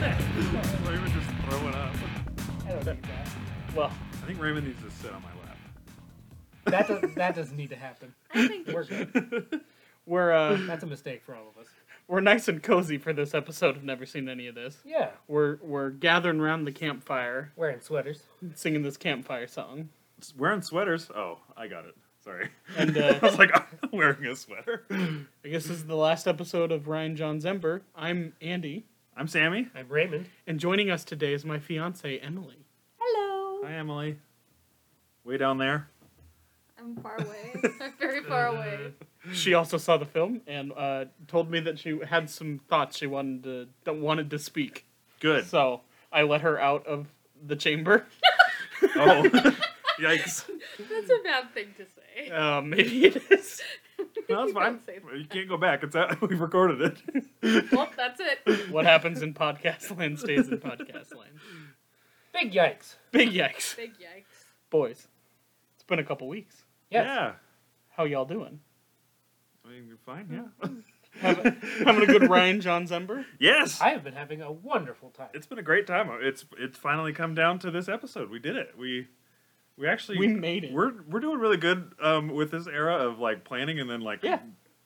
Raymond just throwing up. I don't need that. Well, I think Raymond needs to sit on my lap. that does that doesn't need to happen. I think We're it should. good. We're uh, That's a mistake for all of us. we're nice and cozy for this episode. I've never seen any of this. Yeah, We're we're gathering around the campfire, wearing sweaters. singing this campfire song, S- Wearing sweaters. Oh, I got it. Sorry. and uh, I was like, I'm wearing a sweater. I guess this is the last episode of Ryan John Zember. I'm Andy, I'm Sammy. I'm Raymond. and joining us today is my fiance Emily. Hello. Hi, Emily. Way down there. I'm far away. I'm very far away. She also saw the film and uh, told me that she had some thoughts she wanted to that wanted to speak. Good. So I let her out of the chamber. Oh, yikes. That's a bad thing to say. Uh, maybe it is. No, that's Don't fine. say that. You can't go back. It's out. We've recorded it. Well, that's it. What happens in podcast land stays in podcast land. Big yikes. Big yikes, Big yikes. boys! It's been a couple weeks. Yes. Yeah. How y'all doing? I mean, you're fine. Yeah. Having, having a good Ryan John Zember. Yes. I have been having a wonderful time. It's been a great time. It's it's finally come down to this episode. We did it. We we actually We made it. We're we're doing really good um, with this era of like planning and then like Yeah.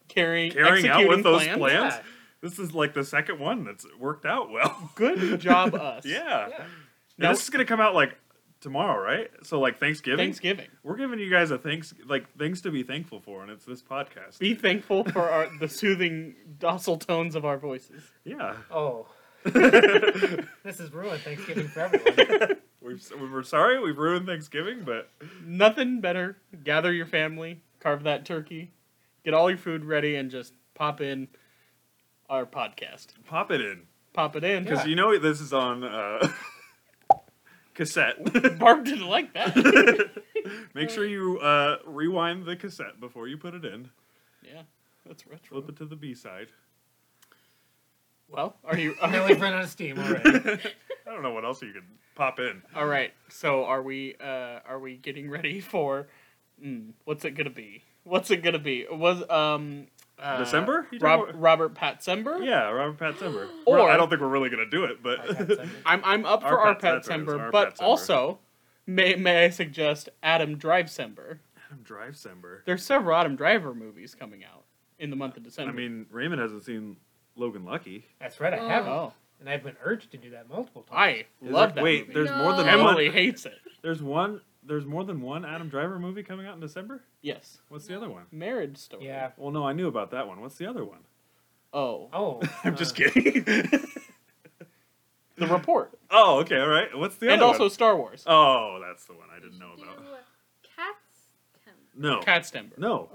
Carrying, carrying out with executing those plans. plans. Yeah. This is like the second one that's worked out well. Good job, us. yeah. yeah. Now Now- this is gonna come out like tomorrow, right? So like Thanksgiving. Thanksgiving. We're giving you guys a thanks like things to be thankful for, and it's this podcast. Be thankful for our, the soothing, docile tones of our voices. yeah. Oh. this is ruined Thanksgiving for everyone. We've, we're sorry we've ruined Thanksgiving, but Nothing better. Gather your family, carve that turkey, get all your food ready, and just pop in our podcast. pop it in Pop it in. because Yeah. you know this is on uh, cassette. Barb didn't like that. Make sure you uh, rewind the cassette before you put it in. yeah, that's retro. Flip it to the B side. Well, are you? Now Are, we've run out of steam already. I don't know what else you could pop in. all right. So are we? Uh, are we getting ready for? Mm, what's it gonna be? What's it gonna be? Was um. Uh, December? You Rob, talking about- Robert Patsember? Yeah, Robert Patsember. Or- Well, I don't think we're really gonna do it, I got but something. I'm I'm up for Our our Pat- that's right, it was Patsember, our but Patsember. also may may I suggest Adam Drivesember. Adam Drive Sember. There's several Adam Driver movies coming out in the month of December. I mean, Raymond hasn't seen Logan Lucky. That's right, I Oh. haven't. oh, And I've been urged to do that multiple times. I Is love there- that Wait, movie. there's more than No. Emily one. hates it. There's one. There's more than one Adam Driver movie coming out in December. Yes, What's the other one? Marriage Story. Yeah. Well, no, I knew about that one. What's the other one? Oh, Oh. I'm just uh, kidding. The Report, oh, okay, all right. What's the and other also one? Star Wars. Oh, that's the one I didn't know Do about. Cats temp. No, Catstember. no,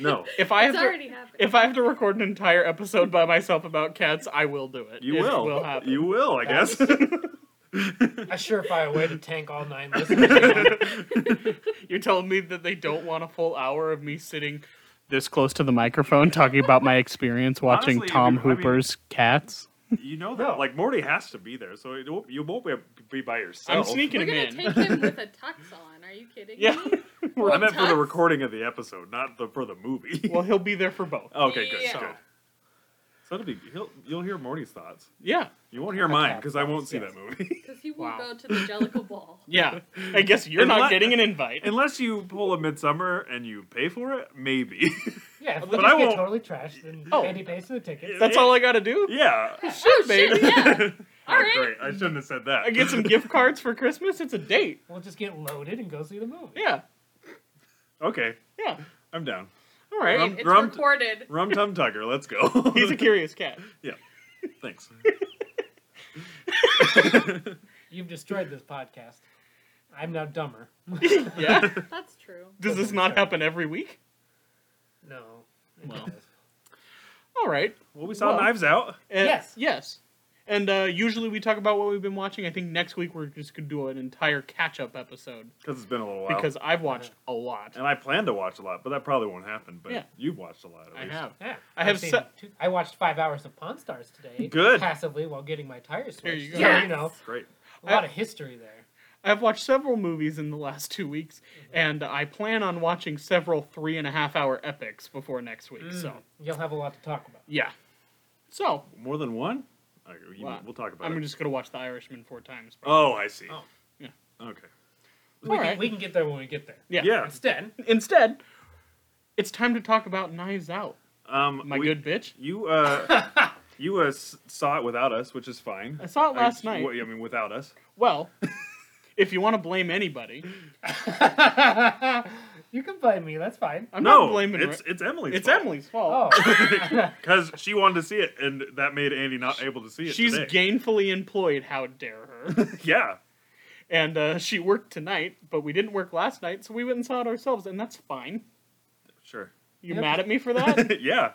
no. If I have It's to, already happened. if I have to record an entire episode by myself about cats, I will do it. You It will. happen. You will, I guess. A surefire way to tank all nine listeners. You're telling me that they don't want a full hour of me sitting this close to the microphone talking about my experience watching Honestly, if Tom you- I mean- Hooper's Cats? you know that, like Morty has to be there, so it won't, you won't be, be by I'm yourself. sneaking We're him gonna in. take him with a tux on. Are you kidding yeah. me? I meant for the Tux? recording of the episode, not the for the movie. Well, he'll be there for both. okay, good. Yeah. So, so it'll be he'll, you'll hear Morty's thoughts. Yeah. You won't hear mine cat because I won't thoughts, see yes. that movie Because he will Wow. go to the Jellicle Ball. Yeah. I guess you're Unle- not getting an invite. unless you pull a Midsummer and you pay for it. Maybe. yeah, if we But just I get won't- totally trashed, then Oh. Andy pays for the tickets. That's all I got to do. yeah. oh shit! Yeah. All Oh, right. Great. I shouldn't have said that. I get some gift cards for Christmas. It's a date. We'll just get loaded and go see the movie. Yeah. Okay, Yeah. I'm down. All Great, right. Rum- it's rum- recorded. Rum Tum Tugger, let's go. He's a curious cat. Thanks. You've destroyed this podcast. I'm now dumber. Yeah. That's true. Does this not happen every week? No. Well. Yes. All right. Well, we saw Well- Knives Out. And- Yes. Yes. And uh, usually we talk about what we've been watching. I think next week we're just going to do an entire catch up episode Because it's been a little while. because I've watched a lot. and I plan to watch a lot, but that probably won't happen. But Yeah. you've watched a lot. At I least. have. Yeah, I I've have seen se- two- I watched five hours of Pawn Stars today. Good. Passively while getting my tires switched. There you go. So, Yes. you know, Great. a lot of history there. I've watched several movies in the last two weeks, and I plan on watching several three and a half hour epics before next week. So, You'll have a lot to talk about. yeah. So, More than one? Okay, you- Wow. We'll talk about I'm it. just gonna watch The Irishman four times. Oh, I see. Oh. Yeah. Okay. We, All can, right. we can get there when we get there. Yeah. Yeah. Instead, Instead, it's time to talk about Knives Out. Um, My we- good bitch. You uh, you uh, s- saw it without us, which is fine. I saw it last I- night. I mean, without us. Well, if you want to blame anybody, you can blame me. That's fine. I'm no, not blaming. it's Ra- it's Emily's. it's Emily's fault. Oh, because she wanted to see it, and that made Andy not able to see it. She's today. gainfully employed. How dare her? Yeah, and uh, she worked tonight, but we didn't work last night, so we went and saw it ourselves, and that's fine. sure. You Yep. mad at me for that? yeah,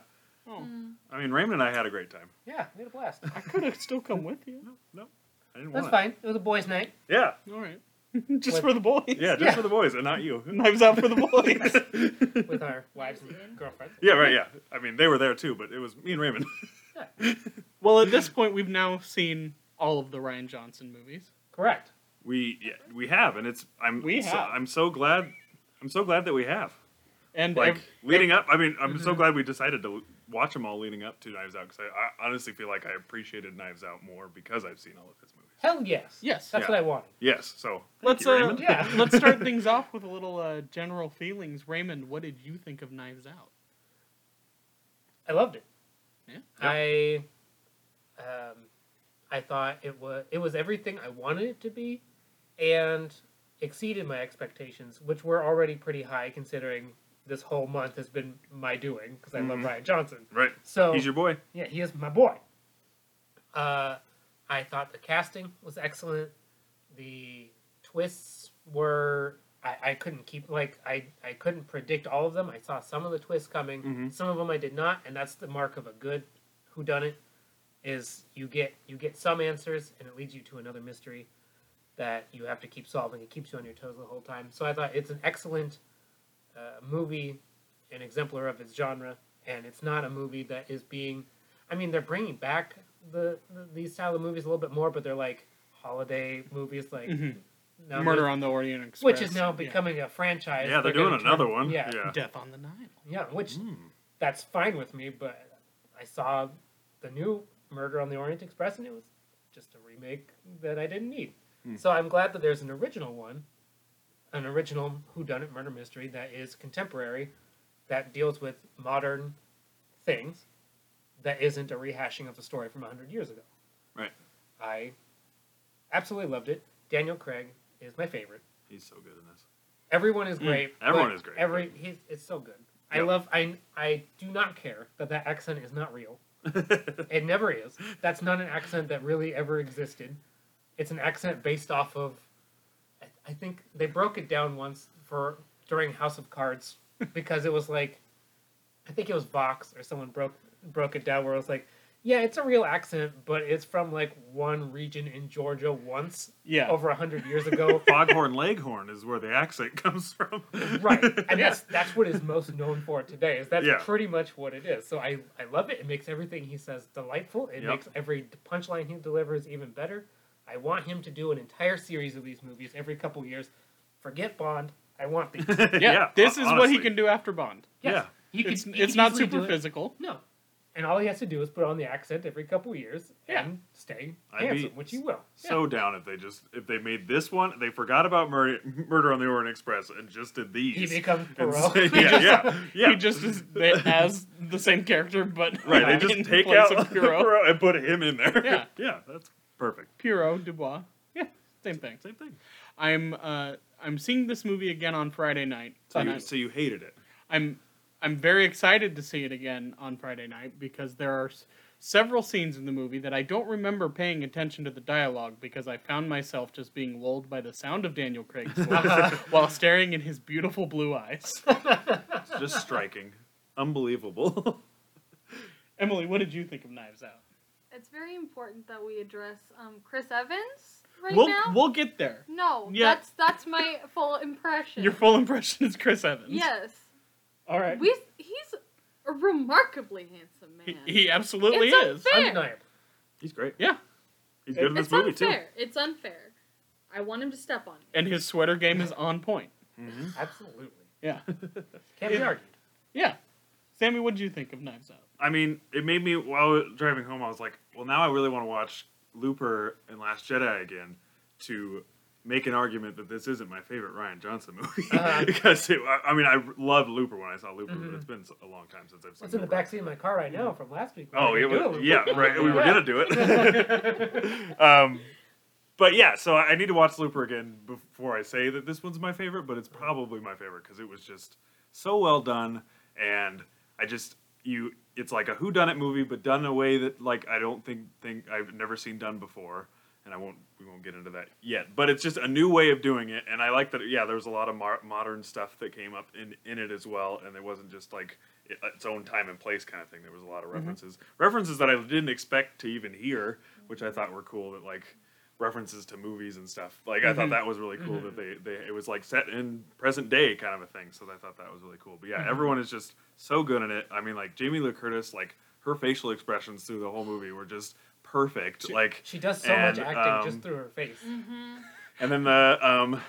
oh, I mean, Raymond and I had a great time. yeah, we had a blast. I could have still come with you. No, no, I didn't That's want. fine. It was a boys' night. It. Yeah, All right, just What? for the boys. yeah, just Yeah. for the boys and not you. Knives out for the boys. with our wives and girlfriends. Yeah, right. Yeah, I mean, they were there too, but it was me and Raymond. well, at this point, we've now seen all of the Ryan Johnson movies. Correct. We yeah, we have, and it's I'm We so, have. I'm so glad. I'm so glad that we have. And Like ev- Mm-hmm. leading up, I mean, I'm so glad we decided to watch them all leading up to Knives Out because I, I honestly feel like I appreciated Knives Out more because I've seen all of his movies. Hell yes. Yes. That's Yeah. what I wanted. Yes, so thank let's you, uh, Raymond. Yeah. let's start things off with a little uh, general feelings. Raymond, what did you think of Knives Out? I loved it. Yeah. I, um, I thought it was it was everything I wanted it to be, and exceeded my expectations, which were already pretty high considering this whole month has been my doing because I love Mhm. Ryan Johnson. Right, Oh, So he's your boy. yeah, he is my boy. Uh, I thought the casting was excellent. The twists were I, I couldn't keep like I, I couldn't predict all of them. I saw some of the twists coming, Mhm. some of them I did not, and that's the mark of a good whodunit is you get you get some answers and it leads you to another mystery that you have to keep solving. It keeps you on your toes the whole time. So I thought it's an excellent uh, movie, an exemplar of its genre, and it's not a movie that is being. I mean, they're bringing back the, the these style of movies a little bit more, but they're like holiday movies, like Mm-hmm. Mhm. now Murder there's- on the Orient Express, which is now Yeah. becoming a franchise. Yeah, they're gonna doing turn- another one. Yeah, yeah. Death on the Nile. yeah, which Mm. that's fine with me, but I saw the new Murder on the Orient Express and it was just a remake that I didn't need. Hmm. So I'm glad that there's an original one, an original whodunit murder mystery that is contemporary, that deals with modern things, that isn't a rehashing of the story from 100 years ago. Right. I absolutely loved it. Daniel Craig is my favorite. He's so good in this. Everyone is great. Mm, everyone but is great. Every he's, it's so good. I Yeah. love. I I do not care that that accent is not real. it never is. That's not an accent that really ever existed. It's an accent based off of. I, I think they broke it down once for during House of Cards because it was like, I think it was Vox or someone broke broke it down where it was like, yeah, it's a real accent, but it's from like one region in Georgia once Yeah. over a hundred years ago. Foghorn Leghorn is where the accent comes from. right and that's that's what is most known for today is that's Yeah. pretty much what it is so i i love it it makes everything he says delightful it Yep. makes every punchline he delivers even better i want him to do an entire series of these movies every couple years forget bond i want these yes. Yeah, this hon- is what he honestly. can do after Bond. Yeah. he could, it's he it's could not easily do super it. physical. no and all he has to do is put on the accent every couple years Yeah. and stay I'd be- handsome which he will So down if they just if they made this one, they forgot about Murder, Murder on the Orient Express and just did these. he becomes And Perot. say- yeah, yeah, yeah. He just is they, as the same character, but right. They in just take place out of Pierrot. Perot and put him in there. Yeah. yeah. That's perfect. Pierrot Dubois. Yeah, same thing. Same thing. I'm uh, I'm seeing this movie again on Friday night. So and you, I- so you hated it. I'm I'm very excited to see it again on Friday night because there are s- several scenes in the movie that I don't remember paying attention to the dialogue because I found myself just being lulled by the sound of Daniel Craig's voice while staring in his beautiful blue eyes. It's just striking, unbelievable. Emily, what did you think of Knives Out? It's very important that we address um, Chris Evans right we'll now. we'll get there. no, Yeah. that's that's my full impression. Your full impression is Chris Evans. Yes, All right. we he's a remarkably handsome he, man. he absolutely It's is. unfair. undeniable He's great. Yeah. He's good in this it's movie too. unfair. It's unfair. I want him to step on me. And his sweater game is on point. Mhm. absolutely Yeah. can't be It- argued Yeah. Sammy, what did you think of Knives Out? I mean, it made me while driving home. I was like, well, now I really want to watch Looper and Last Jedi again to make an argument that this isn't my favorite Ryan Johnson movie Uh-huh. because it, I- I mean, I loved Looper when I saw Looper, Mhm. but it's been so- a long time since I've seen. It's in the Looper. backseat of my car right now from last week. Oh, it We're gonna was, do yeah, it. right. We were Yeah. gonna do it. um, but yeah, so I need to watch Looper again before I say that this one's my favorite, but it's probably my favorite because it was just so well done, and I just you, it's like a whodunit movie, but done in a way that like I don't think think I've never seen done before, and I won't we won't get into that yet. But it's just a new way of doing it, and I like that. Yeah, there was a lot of mar- modern stuff that came up in in it as well, and it wasn't just like it- uh, its own time and place kind of thing. There was a lot of references, references that I didn't expect to even hear, which I thought were cool. That like references to movies and stuff. Like I thought Mhm. that was really cool that they they it was like set in present day kind of a thing. So I thought that was really cool. But yeah, everyone is just so good in it. I mean, like Jamie Lee Curtis, like her facial expressions through the whole movie were just perfect. like She does so And, much acting um, just through her face. Mm. and then the um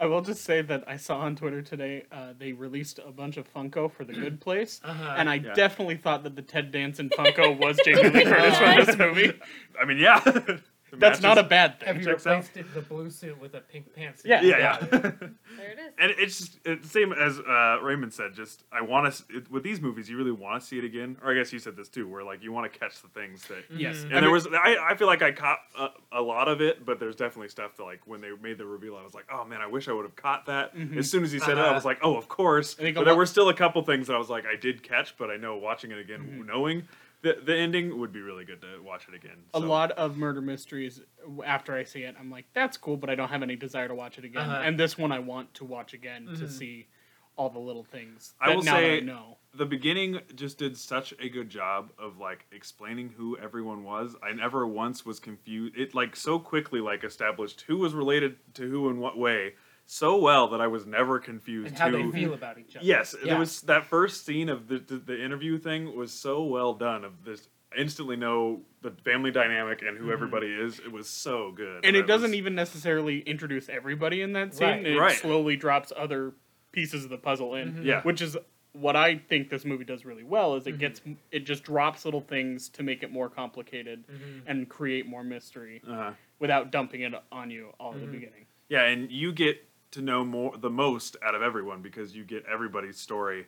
I will just say that I saw on Twitter today uh, they released a bunch of Funko for The Good Place, Uh-huh. and I Yeah. definitely thought that the Ted Danson Funko was Jamie Lee Curtis from this movie. I mean yeah. That's not a Matches- bad Have thing. you checks out. replaced it, the blue suit with a pink pants? Yeah. yeah, yeah. There it is. and it's just it's same as uh, Raymond said. Just I want to with these movies, you really want to see it again. Or I guess you said this too, where like you want to catch the things that. Yes, Mhm. And I there mean- was I, I feel like I caught a, a lot of it, but there's definitely stuff that like when they made the reveal, I was like, oh man, I wish I would have caught that. Mhm. As soon as he said it, I Uh-huh. was like, oh of course. I think a But there lot- were still a couple things that I was like, I did catch, but I know watching it again, Mm-hmm. knowing the the ending would be really good to watch it again. a So, lot of murder mysteries w- after I see it, I'm like, that's cool, but I don't have any desire to watch it again. Uh-huh. And this one I want to watch again to Mhm. see all the little things. I that will now that I say- know. the beginning just did such a good job of like explaining who everyone was. I never once was confused. It like so quickly like established who was related to who in what way so well that I was never confused. And how they who- feel about each other. Yes, Yeah. there was that first scene of the, the the interview thing was so well done. Of this, instantly know the family dynamic and Mm-hmm. who everybody is. It was so good, And I it doesn't was- even necessarily introduce everybody in that scene. Right. It Right. slowly drops other pieces of the puzzle in, Yeah. which is what I think this movie does really well. Is it gets it just drops little things to make it more complicated Mm-hmm. and create more mystery Uh-huh. without dumping it on you all at the Mhm. beginning. Yeah, and you get to know more the most out of everyone because you get everybody's story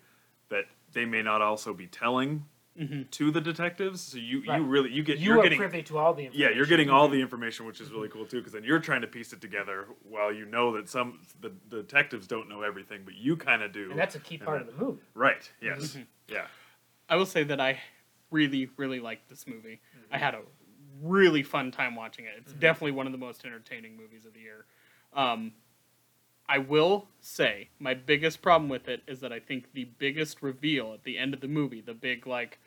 that they may not also be telling Mhm. to the detectives. So you Right. you really you get You are are getting privy to all the yeah information. you're getting all the information, which is really cool too. Because then you're trying to piece it together while you know that some the, the detectives don't know everything, but you kind of do. And that's Mm-hmm. a key part of the movie. right. Yes. Mhm. Yeah. I will say that I really, really liked this movie. I had a really fun time watching it. It's definitely one of the most entertaining movies of the year. Um, I will say my biggest problem with it is that I think the biggest reveal at the end of the movie, the big like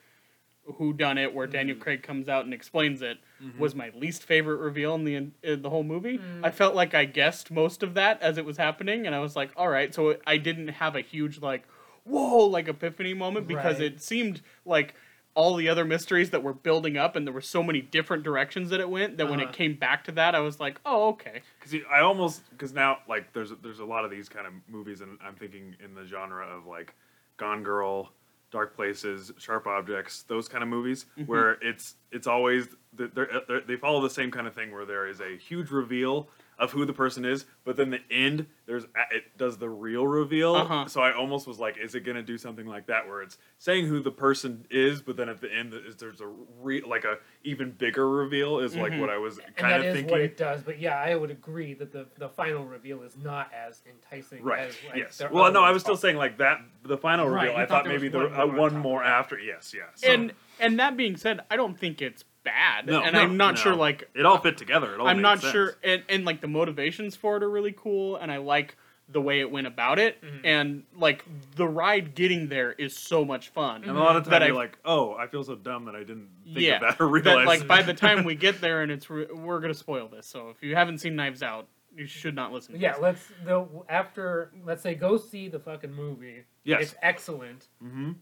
who done it where Daniel Craig comes out and explains it Mm-hmm. was my least favorite reveal in the in the whole movie. Mm. I felt like I guessed most of that as it was happening and I was like, "All right." So I didn't have a huge like whoa like epiphany moment because Right. it seemed like all the other mysteries that were building up and there were so many different directions that it went that when it Uh-huh. came back to that I was like, "Oh, okay." Because I almost because now like there's there's a lot of these kind of movies, and I'm thinking in the genre of like Gone Girl, Dark Places, Sharp Objects, those kind of movies Mm-hmm. where it's it's always th- they're, uh, they're, they follow the same kind of thing where there is a huge reveal of who the person is, but then the end there's a- it does the real reveal. Uh-huh. So I almost was like, is it gonna do something like that where it's saying who the person is, but then at the end is there's a re- like a even bigger reveal is like Mhm. what I was Mm-hmm. And kind that of is thinking. what it does, but yeah, I would agree that the, the final reveal is not as enticing. Right. As, like, yes. their Well, other no, I ones was still are. saying like that. The final reveal. Right, you I thought thought, there was maybe there one uh, more on one top more of that. after. Yes. Yes. So- and and that being said, I don't think it's bad. No, and no, I'm not no. sure like it all fit together. It all I'm made not Oh, sense. sure and, and like the motivations for it are really cool and I like the way it went about it Mm-hmm. and like the ride getting there is so much fun. And a lot of That times you're I- like, oh, I feel so dumb that I didn't think Yeah, of that or that realize. like by the time we get there and it's re- we're going to spoil this. So if you haven't seen Knives Out, you should not listen to Yeah, this. let's the after let's say go see the fucking movie. Yes. It's excellent. hmm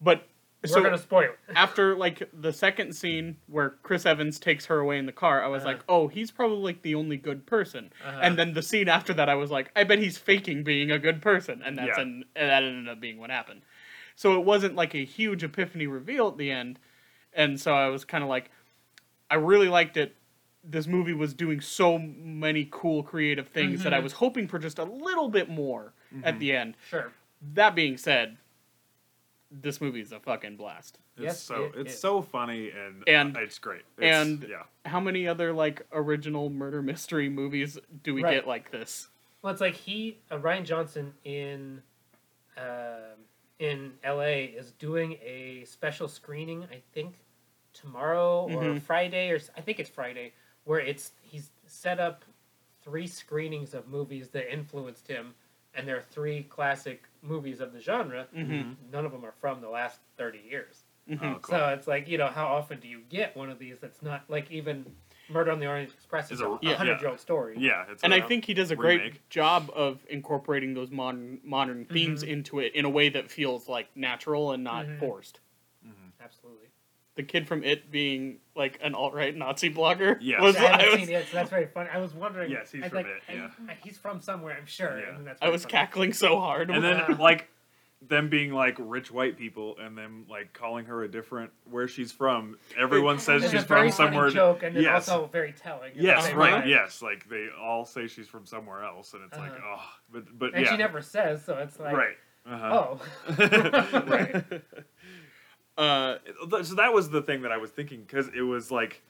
But We're so gonna spoil it. after like the second scene where Chris Evans takes her away in the car, I was Uh-huh. like, "Oh, he's probably like the only good person." Uh-huh. And then the scene after that, I was like, "I bet he's faking being a good person," and that's Yeah. an, and that ended up being what happened. So it wasn't like a huge epiphany reveal at the end. And so I was kind of like, I really liked it. This movie was doing so many cool creative things that I was hoping for just a little bit more Mm-hmm. at the end. Sure. That being said, this movie is a fucking blast. It's Yes, so it it's is. so funny and, uh, And- it's great. It's- and- yeah, How many other like original murder mystery movies do we Right. get like this? Well, it's like he, uh, Ryan Johnson in, um in L.A. is doing a special screening. I think tomorrow or Mm-hmm. Mhm. Friday, or s- I think it's Friday, where it's he's set up three screenings of movies that influenced him, and there are three classic movies of the genre. Mhm. None of them are from the last thirty years. Mm-hmm. oh, cool. So it's like you know, how often do you get one of these that's not like even Murder on the Orient Express is Is a- a yeah. hundred year old story. yeah, it's and I a- think he does a remake. great job of incorporating those modern modern Mm-hmm. themes into it in a way that feels like natural and not Mhm. forced. Mm-hmm. absolutely. The kid from it being like an alt right Nazi blogger Yes. was, I I haven't was, seen it, so that's very funny. I was wondering. Yes, he's I was from like, it, I- yeah. I- he's from somewhere, I'm sure. Yeah. And that's I very was funny. cackling so hard. and Wow. then like them being like rich white people and them like calling her a different where she's from. Everyone It says was she's a very from funny somewhere. Joke and then yes. also very telling. at the Yes, same right. time. Yes, like they all say she's from somewhere else, and it's like, oh, but but Uh-huh. And yeah, she never says, so it's like, right. Uh-huh. oh, right. uh, So that was the thing that I was thinking because it was like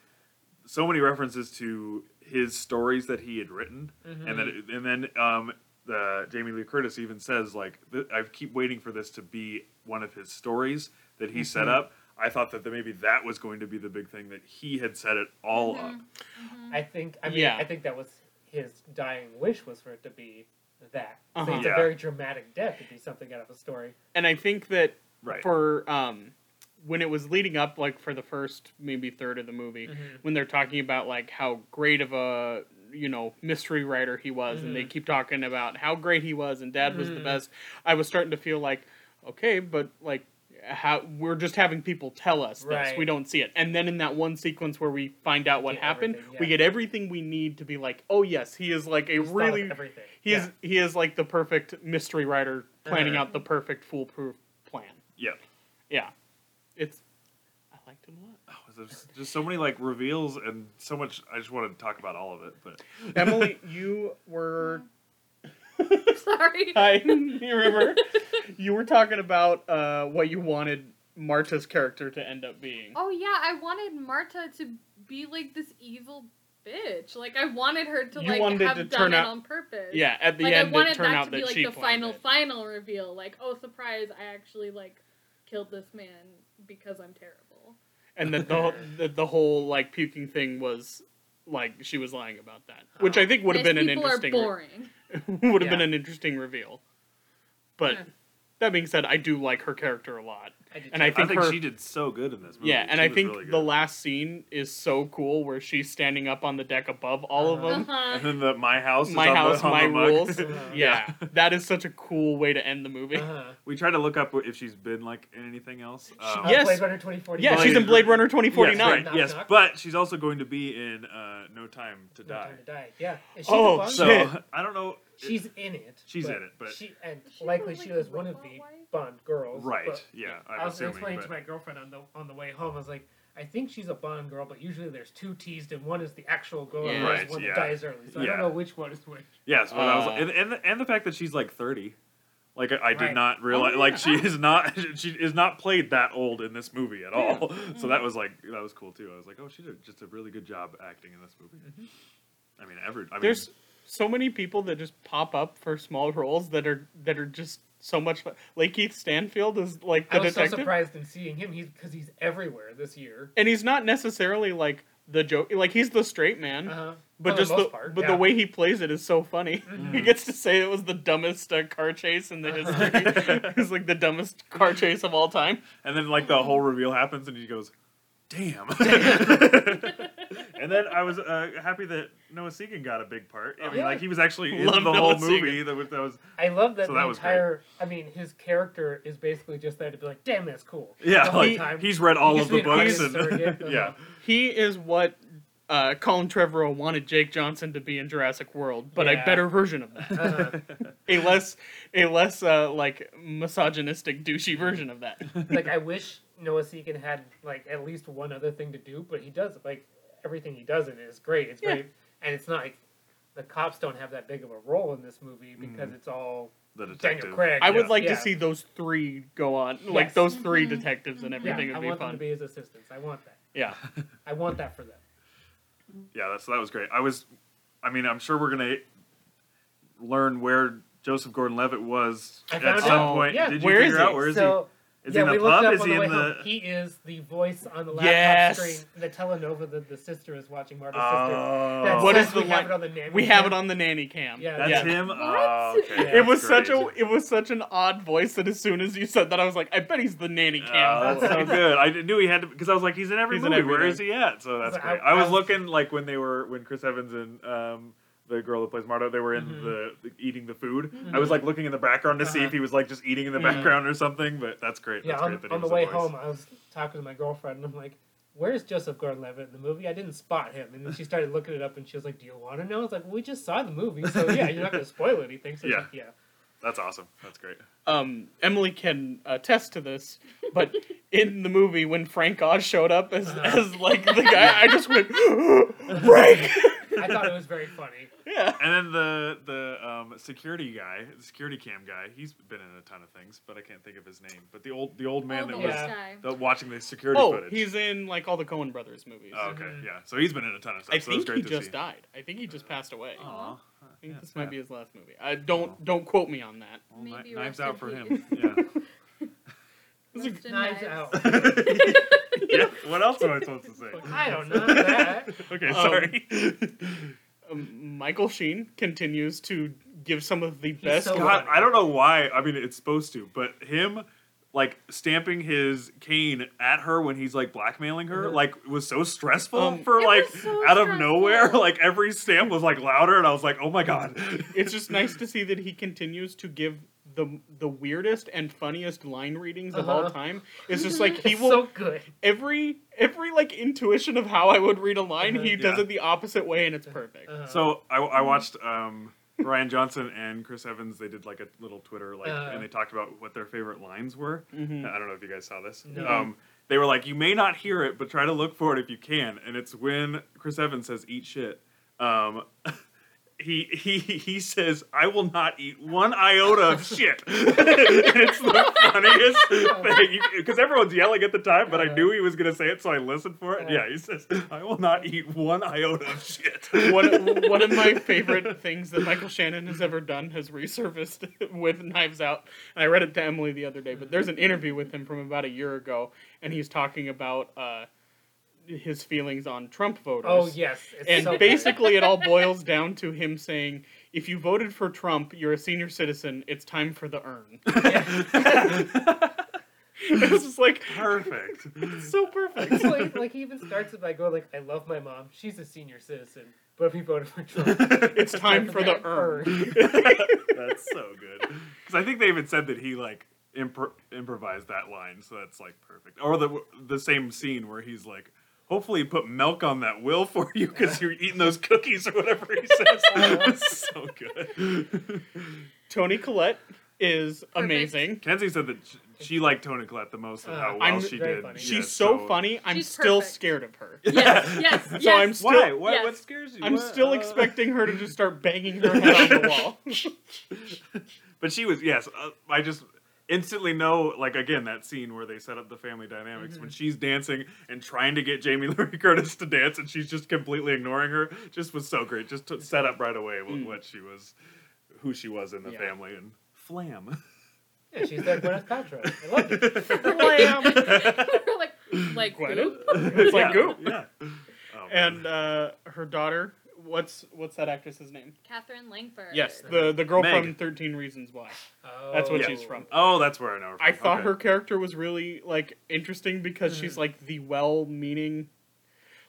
so many references to his stories that he had written, Mm-hmm. and then and then um, the Jamie Lee Curtis even says like, th- "I keep waiting for this to be one of his stories that he set Mm-hmm. up." I thought that the, maybe that was going to be the big thing that he had set it all Mm-hmm. up. Mm-hmm. I think. I mean, Yeah. I think that was his dying wish was for it to be that. So Uh-huh. it's Yeah. a very dramatic death to be something out of a story. and I think that Right. for um when it was leading up like for the first maybe third of the Mm-hmm. movie when they're talking about like how great of a you know mystery writer he was and they Mm-hmm. keep talking about how great he was and dad was the Mhm. best i was starting to feel like okay but like how we're just having people tell us this Right. we don't see it and then in that one sequence where we find out what Get happened everything, we yeah. get everything we need to be like oh yes he is like a He's thought of really everything. he yeah. is he is like the perfect mystery writer planning Uh-huh. out the perfect foolproof plan Yeah. yeah. It's I liked him a Oh, there's just so many like reveals and so much. I just want to talk about all of it, but lot. Emily, you were Sorry. I remember you were talking about uh, what you wanted Marta's character to end up being. Oh yeah, I wanted Marta to be like this evil bitch. Like I wanted her to You like wanted have to done turn it out- on purpose. Yeah, at the like I end wanted it turned that out to be that like she the planned final it. final reveal. Like oh surprise, I actually like killed this man because I'm terrible. and that the that the whole like puking thing was like she was lying about that, which I think would have Nice been an Oh. people interesting are re- boring. would have been Yeah. an interesting reveal. But Yeah. that being said, I do like her character a lot. I did and I too. I think, think her- she did so good in this movie. Yeah, and Mm, She I was think really the good. last scene is so cool where she's standing up on the deck above all of Uh-huh. them. and Uh-huh. then the my house, is my on the- house, on the my mug. rules. Uh-huh. yeah, that is such a cool way to end the movie. Uh-huh. We tried to look up if she's been like in anything else. Um, Uh, Yes. Blade Runner 2049. Yeah, she's in Blade Runner 2049. Yes, right, Knock, yes, knock. but she's also going to be in uh, No Time to No Die. Time to die. Yeah. Is she Oh, the Bond? to So Die. I don't know. She's in it. She's in it, but- she and Is she likely not, she like, was a one of robot the wife? Bond girls. right? but- yeah, I I'm was assuming. explaining but- to my girlfriend on the on the way home. I was like, I think she's a Bond girl, but usually there's two teased, and one is the actual girl, and Yeah. there's Right, one yeah. that dies early. So I Yeah. don't know which one is which. yeah, so I Oh. was, Uh, and, and and the fact that she's like 30. Like I, I did Right. Oh, not realize. yeah. Like she is not. She is not played that old in this movie at all. So that was like that was cool too. I was like, oh, she did just a really good job acting in this movie. Mm-hmm. I mean, every. I mean, There's so many people that just pop up for small roles that are that are just so much fun. Like Keith Stanfield is like the I was so detective, surprised in seeing him. He's because he's everywhere this year. and he's not necessarily like the joke. Like he's the straight man, Uh-huh. Mm-hmm. but For just the, the, most part, but yeah. Mm-hmm. the way he plays it is so funny. he gets to say it was the dumbest uh, car chase in the Uh-huh. history. it's like the dumbest car chase of all time. And then Oh. like the whole reveal happens, and he goes, "Damn." and then I was uh, happy that Noah Segan got a big part. I mean, Yeah. like he was actually in Love the whole Noah movie. That was, that was I love that So the that was great. entire. I mean, his character is basically just there to be like, "Damn, that's cool." yeah. The whole like, time. he's read all He's of the been books, artist and surrogate, yeah, uh-huh. He is what uh, Colin Trevorrow wanted Jake Johnson to be in Jurassic World, but Yeah. a better version of that, Uh, a less a less uh, like misogynistic douchey version of that. like I wish Noah Segan had like at least one other thing to do, but he does like everything he does in it is great. It's Yeah. great, and it's not like the cops don't have that big of a role in this movie because Mm. it's all The Daniel detective. Craig. I would Yeah. like Yeah. to see those three go on, like Yes. Mm-hmm. those three Mhm. detectives and yeah, everything I would be want them fun. to be his assistants. I want that. yeah, I want that for them. Yeah, that's that was great. I was, I mean, I'm sure we're gonna learn where Joseph Gordon-Levitt was I at found some out. point. Yeah. Did you Where is figure he? out where is so, he? Is yeah, he we in the looked pub? up Is on he the way in home. the? He is the voice on the laptop Yes. screen, the telenova that the sister is watching. Marta's sister. Oh, That What says is the we have line- it on the name? we have it on the nanny cam. Yeah, that's yeah. him. What? Oh, okay. Yeah. It was That's such great. a it was such an odd voice that as soon as you said that I was like I bet he's the nanny cam. Oh, that's so good. I knew he had to because I was like, he's in every He's in movie. Where everything. is he at? So that's But I- great. I, I was was- looking like when they were when Chris Evans and um, the girl that plays Marta, they were in Mm-hmm. Mhm. the, the- eating the food. I was like looking in the background to see Mm-hmm. Uh-huh. if he was like just eating in the Mhm. background or something. But that's great. Yeah, that's on, great that he on the was way voice. home, I was talking to my girlfriend, and I'm like, "Where's Joseph Gordon-Levitt in the movie? I didn't spot him." And then she started looking it up, and she was like, "Do you want to know?" I was like, well, "We just saw the movie, so yeah, you're not going to spoil anything." So Yeah. yeah, yeah. That's awesome. That's great. um, Emily can attest to this, but in the movie when Frank Oz showed up as, Uh-huh. as like the guy, I just went Frank. I thought it was very funny. yeah, And then the the um, security guy, the security cam guy, he's been in a ton of things, but I can't think of his name. But the old the old man Oh, that the was yeah. guy. the, watching the security oh, footage. he's in like all the Cohen Brothers movies. Oh, okay, Mhm. yeah. So he's been in a ton of stuff. I so it was think he great to just see. died. I think he just passed away. Aw. I think Yeah, Oh. this might sad. be his last movie. I don't don't quote me on that. Well, Maybe kni- knives rest in out for him. peace. Yeah. This is Rest in Knives Knives. Out. yeah. What else am I supposed to say? I don't know that. Okay, Um, sorry. Um, Michael Sheen continues to give some of the best. so- God, I don't know why. I mean, it's supposed to, but him like stamping his cane at her when he's like blackmailing her Mhm. like was so stressful Uh-huh. Um, for It like was so out of nowhere stressful. like every stamp was like louder and i was like oh my god it's just nice to see that he continues to give the the weirdest and funniest line readings of all Uh-huh. time. It's just like he It's will so good. every every like intuition of how I would read a line, he Uh-huh. does Yeah. it the opposite way, and it's perfect. Uh-huh. So I, I watched um, Ryan Johnson and Chris Evans. They did like a little Twitter like, Uh. and they talked about what their favorite lines were. Mhm. I don't know if you guys saw this. No. Um, they were like, "You may not hear it, but try to look for it if you can." And it's when Chris Evans says, "Eat shit." Um, he he he says, "I will not eat one iota of shit." it's the funniest thing because everyone's yelling at the time, but I knew he was gonna say it, so I listened for it. And Uh. yeah, he says, "I will not eat one iota of shit." one, one of my favorite things that Michael Shannon has ever done has resurfaced with Knives Out. And I read it to Emily the other day, but there's an interview with him from about a year ago, and he's talking about uh, his feelings on Trump voters. oh yes, it's And so good. basically, it all boils down to him saying, if you voted for Trump, you're a senior citizen, it's time for the urn. Yeah. it's just like, Perfect. it's so perfect. It's like, like he even starts it by going like, "I love my mom. She's a senior citizen, but if you voted for Trump, It's time for the urn. That's so good. Because I think they even said that he like impro- improvised that line, so that's like perfect. Or the the same scene where he's like, "Hopefully, you put milk on that will for you because you're eating those cookies or whatever he says." it's so good. Tony Collette is amazing. Kenzie said that sh- she liked Tony Collette the most, and how Uh, well I'm- she very did. funny. Yeah, She's so, funny. I'm She's still perfect. scared of her. Yes, yes, So yes. I'm still, Why? Why? yes. What scares you? I'm What? still Uh, expecting her to just start banging her head on the wall. But she was yes. Uh, I just instantly know like again that scene where they set up the family dynamics Mm-hmm. when she's dancing and trying to get Jamie Lee Curtis to dance and she's just completely ignoring her. Just was so great. Just to set up right away what, Mm. what she was, who she was in the Yeah. family and flam. yeah, she's their Gwyneth Paltrow. I loved it. um, We're like, like Quite who? It's like Yeah, goop. Yeah. Oh, man. And uh, her daughter, what's what's that actress's name? Catherine Langford. Yes, the the girl Meg. from Thirteen Reasons Why. Oh. That's what she's from. oh, that's where I know her. From. I thought Okay. her character was really like interesting because Mm. she's like the well-meaning,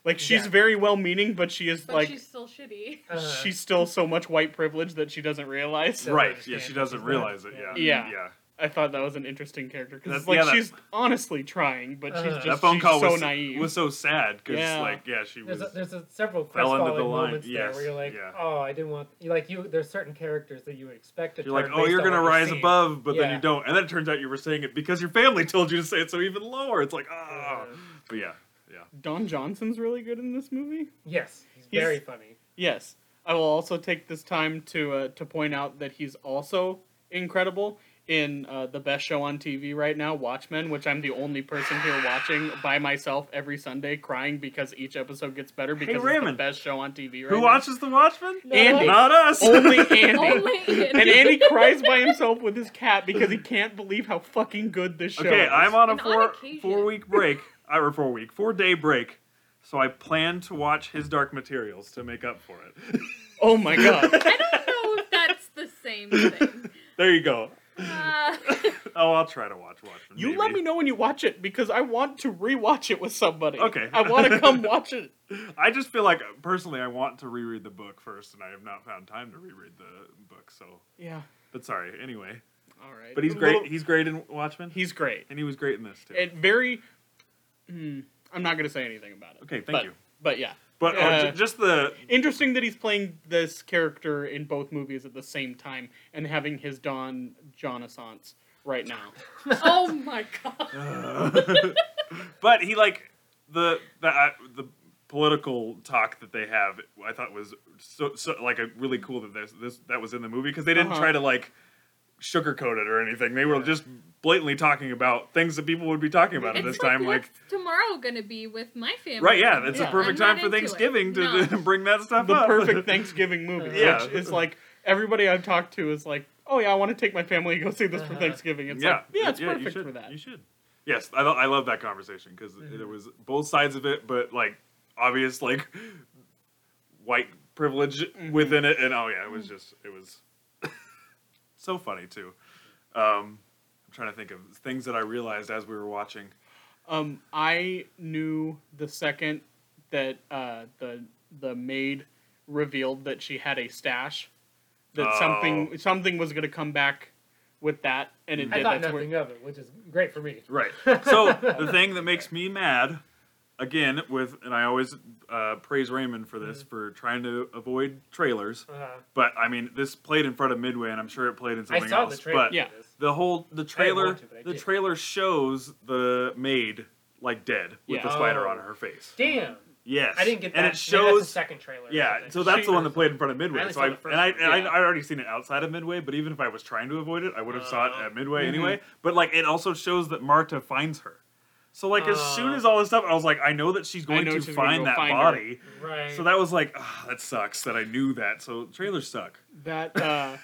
like she's Yeah. very well-meaning, but she is But like she's still shitty. Uh, she's still so much white privilege that she doesn't realize. So- Right. Yeah, she understand. doesn't She's not- realize it. yeah. Yeah. Yeah. Yeah. I thought that was an interesting character because That's- like yeah, that- she's honestly trying, but she's Uh-huh. Uh, just that phone she's call so was naive. was so sad because Yeah. like yeah she was There's a, there's a several fell into the crestfalling line, moments there yes, where you're like, yeah. oh, I didn't want you like you. There's certain characters that you expect to. you're like turn oh based you're on gonna what you've rise seen. above but then Yeah. you don't and then it turns out you were saying it because your family told you to say it so even lower it's like ah Uh, but yeah yeah Don Johnson's really good in this movie. Yes, he's, He's- very funny. Yes, I will also take this time to uh, to point out that he's also incredible in uh, the best show on TV right now, Watchmen, which I'm the only person here watching by myself every Sunday, crying because each episode gets better because it's the Raymond. best show on TV right who now. watches the Watchmen No. Andy. not us Only Andy. Only and Andy cries by himself with his cat because he can't believe how fucking good this show okay is. I'm on a And on four occasion. four week break I or four week four day break so I plan to watch his Dark Materials to make up for it oh my god. I don't know if that's the same thing. there you go Uh, oh I'll try to watch Watchmen You maybe. let me know when you watch it because I want to rewatch it with somebody. Okay. I want to come watch it. I just feel like personally, I want to reread the book first, and I have not found time to reread the book. So, Yeah. but sorry, anyway. All right. But he's A great. little- He's great in Watchmen, he's great. and he was great in this too. It very. Hmm, I'm not going to say anything about it. Okay, thank But- you. But yeah, But uh, uh, ju- just the interesting that he's playing this character in both movies at the same time and having his Don Jonaissance right now. oh my god. uh, but he like the the uh, the political talk that they have. I thought was so, so like a really cool that this, this that was in the movie because they didn't Uh-huh. try to like sugarcoat it or anything. They were just blatantly talking about things that people would be talking about at It's this like, time, like. what's tomorrow gonna be with my family? Right, yeah, that's Yeah. a perfect I'm not time for into it. Thanksgiving to, No. to bring that stuff the up. perfect Thanksgiving movie. Yeah. Which is like everybody I've talked to is like, oh yeah, I want to take my family and go see this for Uh-huh. Thanksgiving. It's like, yeah, it's perfect you should, for that. Mm-hmm. You should. Yes, I, lo- I love that conversation because there was both sides of it, but like obvious like white privilege Mm-hmm. within it, and oh yeah, it was just it was so funny too. Um, I'm trying to think of things that I realized as we were watching. Um, I knew the second that uh, the the maid revealed that she had a stash that Oh. something something was gonna come back with that, and it I did. thought That's where- nothing of it, which is great for me. Right. So the thing that makes me mad, again, with and I always uh, praise Raymond for Mm-hmm. this for trying to avoid trailers. Uh, But I mean, this played in front of Midway, and I'm sure it played in something I saw else. the trailer. But for Yeah. this. the whole the trailer to, but I the did. trailer shows the maid like dead with Yeah. the spider Oh. on her face. Damn, Yes, I didn't get that. And it Maybe that's the shows. second trailer. or Yeah, something. so that's the She- one that played in front of Midway. I only so saw I, the first and I, one, and I, yeah. I already seen it outside of Midway, but even if I was trying to avoid it, I would have saw Oh. it at Midway Mhm. anyway. But like, it also shows that Marta finds her. So like, as soon Oh. as all this stuff, I was like, I know that she's going know to she's gonna find go that find her. body. right. So that was like, ah, that sucks that I knew that. So trailers suck. that uh,